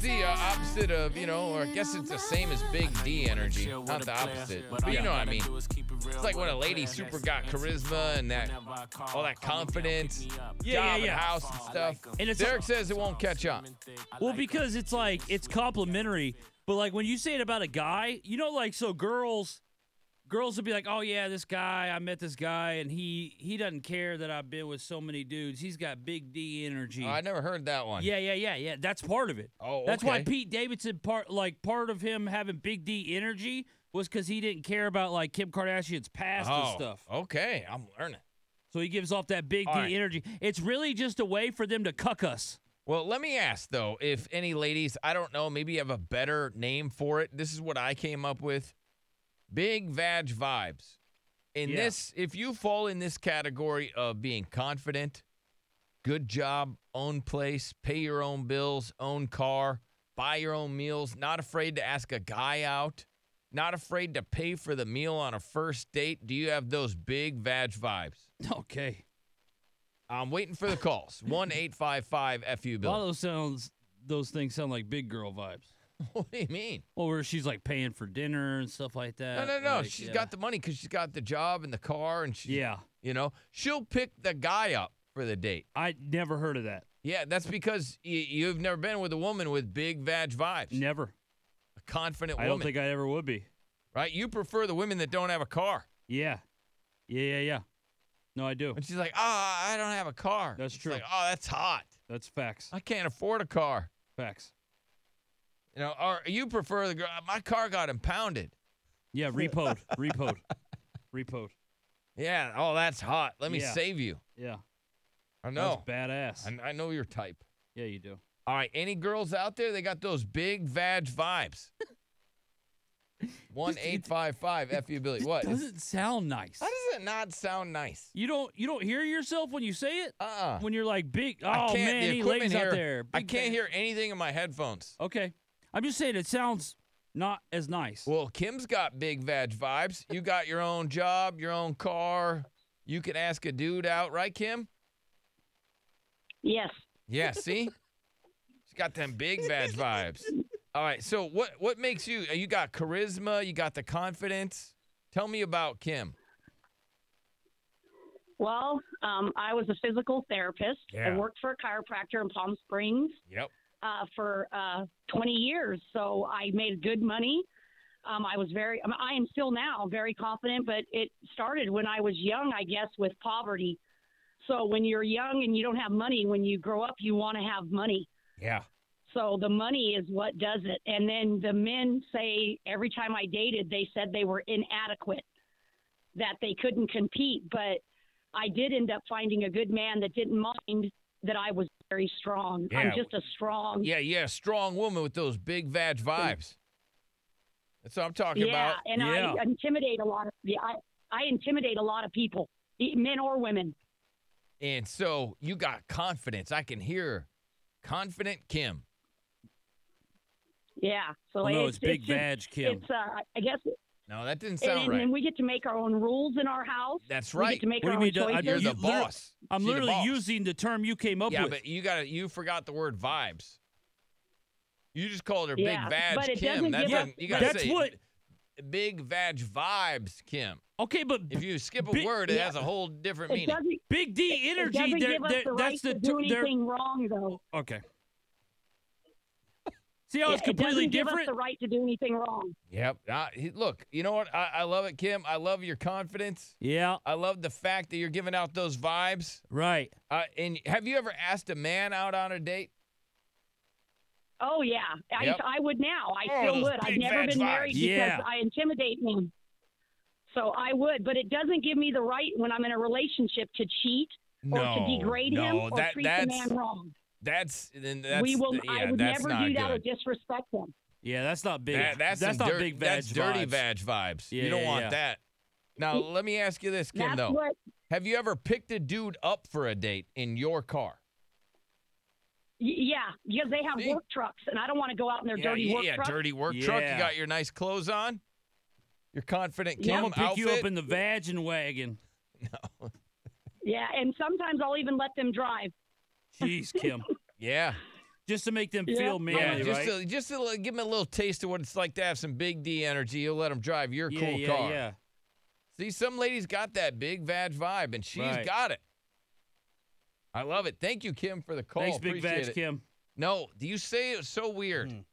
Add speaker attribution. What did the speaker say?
Speaker 1: the uh, opposite of, you know, or I guess it's the same as Big D energy. Not the opposite, but you know what I mean. It's like when a lady super got charisma and that, all that confidence, job
Speaker 2: yeah,
Speaker 1: and
Speaker 2: yeah.
Speaker 1: house and stuff.
Speaker 2: And it's-
Speaker 1: Derek says it won't catch up.
Speaker 2: Well, because it's like it's complimentary, but like when you say it about a guy, you know, like so girls, girls would be like, "Oh yeah, this guy, I met this guy, and he he doesn't care that I've been with so many dudes. He's got big D energy."
Speaker 1: Oh, I never heard that one.
Speaker 2: yeah, yeah, yeah, yeah. That's part of it.
Speaker 1: Oh,
Speaker 2: that's why
Speaker 1: okay.
Speaker 2: Pete Davidson part like part of him having big D energy was because he didn't care about like Kim Kardashian's past
Speaker 1: oh,
Speaker 2: and stuff.
Speaker 1: Okay, I'm learning.
Speaker 2: So he gives off that big
Speaker 1: All
Speaker 2: D
Speaker 1: right.
Speaker 2: energy. It's really just a way for them to cuck us.
Speaker 1: Well, let me ask though, if any ladies, I don't know, maybe you have a better name for it. This is what I came up with. Big vag vibes. In
Speaker 2: Yeah.
Speaker 1: this, if you fall in this category of being confident, good job, own place, pay your own bills, own car, buy your own meals, not afraid to ask a guy out, not afraid to pay for the meal on a first date, do you have those big vag vibes?
Speaker 2: Okay.
Speaker 1: I'm waiting for the calls. One eight five five FU
Speaker 2: A lot of
Speaker 1: Bill.
Speaker 2: those sounds, those things sound like big girl vibes.
Speaker 1: What do you mean?
Speaker 2: Well, where she's like paying for dinner and stuff like that.
Speaker 1: No, no, no.
Speaker 2: Like,
Speaker 1: She's
Speaker 2: yeah.
Speaker 1: got the money because she's got the job and the car, and she,
Speaker 2: Yeah.
Speaker 1: you know, she'll pick the guy up for the date.
Speaker 2: I never heard of that.
Speaker 1: Yeah, that's because you, you've never been with a woman with big vag vibes,
Speaker 2: Never.
Speaker 1: a confident
Speaker 2: I
Speaker 1: woman,
Speaker 2: don't think I ever would be.
Speaker 1: right? You prefer the women that don't have a car,
Speaker 2: Yeah. Yeah, yeah, yeah. No, I do.
Speaker 1: and she's like, "Ah, I don't have a car."
Speaker 2: That's
Speaker 1: It's
Speaker 2: true.
Speaker 1: Like, oh, that's hot.
Speaker 2: That's facts.
Speaker 1: I can't afford a car.
Speaker 2: Facts.
Speaker 1: You know, or you prefer the girl? My car got impounded.
Speaker 2: Yeah, repoed. repoed. Repoed.
Speaker 1: Yeah. Oh, that's hot. Let me
Speaker 2: Yeah.
Speaker 1: save you.
Speaker 2: Yeah.
Speaker 1: I know.
Speaker 2: That's badass.
Speaker 1: I, I know your type.
Speaker 2: yeah, you do.
Speaker 1: All right, any girls out there? They got those big vag vibes. One eight five five fu Billy. What? It's-
Speaker 2: Doesn't sound nice.
Speaker 1: How does it not sound nice?
Speaker 2: You don't you don't hear yourself when you say it?
Speaker 1: Uh-uh.
Speaker 2: When you're like big oh
Speaker 1: I can't.
Speaker 2: man,
Speaker 1: the
Speaker 2: any
Speaker 1: equipment
Speaker 2: ladies
Speaker 1: here,
Speaker 2: out there.
Speaker 1: I
Speaker 2: big
Speaker 1: can't
Speaker 2: bang-
Speaker 1: hear anything in my headphones.
Speaker 2: Okay. I'm just saying it sounds not as nice.
Speaker 1: Well, Kim's got big vag vibes. You got your own job, your own car. You can ask a dude out, right, Kim?
Speaker 3: Yes.
Speaker 1: Yeah. See, she's got them big vag vibes. All right. So what? What makes you? You got charisma. You got the confidence. Tell me about Kim.
Speaker 3: Well, um, I was a physical therapist.
Speaker 1: Yeah.
Speaker 3: I worked for a chiropractor in Palm Springs
Speaker 1: Yep.
Speaker 3: uh, for uh, 20 years, so I made good money. Um, I was very, I, mean, I am still now very confident, but it started when I was young, I guess, with poverty. So when you're young and you don't have money, when you grow up, you want to have money.
Speaker 1: Yeah.
Speaker 3: So the money is what does it. And then the men say every time I dated, they said they were inadequate, that they couldn't compete. But I did end up finding a good man that didn't mind that I was very strong.
Speaker 1: Yeah.
Speaker 3: I'm just a strong.
Speaker 1: Yeah, yeah, strong woman with those big vag vibes. That's what I'm talking
Speaker 3: yeah,
Speaker 1: about.
Speaker 3: and
Speaker 2: Yeah.
Speaker 3: I intimidate a lot of yeah, I, I intimidate a lot of people, e- men or women.
Speaker 1: And so you got confidence. I can hear confident Kim.
Speaker 3: Yeah. So
Speaker 2: Well, Oh, no, it's Big
Speaker 3: just-
Speaker 2: Vag, Kim.
Speaker 3: It's uh, I guess,
Speaker 1: No, that didn't
Speaker 3: and,
Speaker 1: sound
Speaker 3: and
Speaker 1: right.
Speaker 3: we get to make our own rules in our house.
Speaker 1: That's
Speaker 3: We
Speaker 1: right.
Speaker 3: get to make
Speaker 2: What do
Speaker 3: our
Speaker 2: you mean?
Speaker 3: own
Speaker 2: I-
Speaker 3: choices.
Speaker 1: You're
Speaker 2: you
Speaker 1: the
Speaker 2: literally-
Speaker 1: boss.
Speaker 2: I'm
Speaker 1: She the
Speaker 2: literally
Speaker 1: boss.
Speaker 2: using the term you came up
Speaker 1: Yeah,
Speaker 2: with.
Speaker 1: but you got you forgot the word vibes. You just called her
Speaker 3: Yeah,
Speaker 1: big vag
Speaker 3: but it
Speaker 1: Kim.
Speaker 3: doesn't
Speaker 1: That
Speaker 3: give
Speaker 1: doesn't-
Speaker 3: us-
Speaker 1: you gotta
Speaker 2: That's
Speaker 1: say
Speaker 2: what-
Speaker 1: big vag vibes, Kim.
Speaker 2: okay, but
Speaker 1: If you skip a
Speaker 2: Big-
Speaker 1: word, it
Speaker 3: yeah.
Speaker 1: has a whole different
Speaker 3: It
Speaker 1: meaning.
Speaker 3: doesn't,
Speaker 2: Big D
Speaker 3: it
Speaker 2: energy,
Speaker 3: doesn't
Speaker 2: they're-
Speaker 3: give us
Speaker 2: they're-
Speaker 3: the right
Speaker 2: that's the
Speaker 3: to do
Speaker 2: ter- they're-
Speaker 3: anything wrong, though.
Speaker 2: okay. See how it's
Speaker 3: it
Speaker 2: completely
Speaker 3: doesn't give us
Speaker 2: different.
Speaker 3: the right to do anything wrong.
Speaker 1: Yep. Uh, he- look, you know what? I, I love it, Kim. I love your confidence.
Speaker 2: yeah,
Speaker 1: I love the fact that you're giving out those vibes.
Speaker 2: right.
Speaker 1: Uh, and have you ever asked a man out on a date?
Speaker 3: Oh yeah, I,
Speaker 1: Yep.
Speaker 3: I would now. I
Speaker 1: Oh, those
Speaker 3: still would. I've
Speaker 1: big
Speaker 3: never
Speaker 1: fat
Speaker 3: been married
Speaker 1: vibes.
Speaker 3: because
Speaker 2: Yeah.
Speaker 3: I intimidate men. So I would, but it doesn't give me the right when I'm in a relationship to cheat or to degrade him or treat the
Speaker 1: that's
Speaker 3: man wrong.
Speaker 1: that's then that's
Speaker 3: we will.
Speaker 1: yeah,
Speaker 3: I would
Speaker 1: that's
Speaker 3: never
Speaker 1: not
Speaker 3: do that
Speaker 1: good.
Speaker 3: or disrespect them.
Speaker 2: Yeah, that's not big.
Speaker 1: That- that's some
Speaker 2: not
Speaker 1: dirt-
Speaker 2: big vag.
Speaker 1: That's dirty vag
Speaker 2: vibes.
Speaker 1: vibes. you
Speaker 2: Yeah,
Speaker 1: don't
Speaker 2: yeah,
Speaker 1: want
Speaker 2: yeah.
Speaker 1: that. Now let me ask you this, Kim.
Speaker 3: That's
Speaker 1: though,
Speaker 3: what.
Speaker 1: have you ever picked a dude up for a date in your car?
Speaker 3: y- Yeah, because they have
Speaker 1: See?
Speaker 3: work trucks, and I don't want to go out in their
Speaker 1: yeah,
Speaker 3: dirty
Speaker 1: yeah,
Speaker 3: work
Speaker 1: yeah,
Speaker 3: trucks.
Speaker 1: dirty work truck. You
Speaker 2: Yeah.
Speaker 1: got your nice clothes on. Your confident Kim
Speaker 2: I'm gonna pick
Speaker 1: outfit.
Speaker 2: you up in the vagin wagon.
Speaker 3: Yeah, and sometimes I'll even let them drive.
Speaker 2: Jeez, Kim.
Speaker 1: yeah,
Speaker 2: just to make them
Speaker 3: Yeah.
Speaker 2: feel
Speaker 3: Yeah,
Speaker 2: manly,
Speaker 1: Yeah, just
Speaker 2: right?
Speaker 1: to, just to li- give them a little taste of what it's like to have some big D energy. You'll let them drive your
Speaker 2: yeah,
Speaker 1: cool
Speaker 2: yeah,
Speaker 1: car.
Speaker 2: yeah.
Speaker 1: See, some ladies got that big vag vibe, and she's
Speaker 2: Right.
Speaker 1: got it. I love it. Thank you, Kim, for the call.
Speaker 2: Thanks, Big
Speaker 1: Appreciate
Speaker 2: Vag Hmm.
Speaker 1: it.
Speaker 2: Kim.
Speaker 1: No, do you say it was so weird?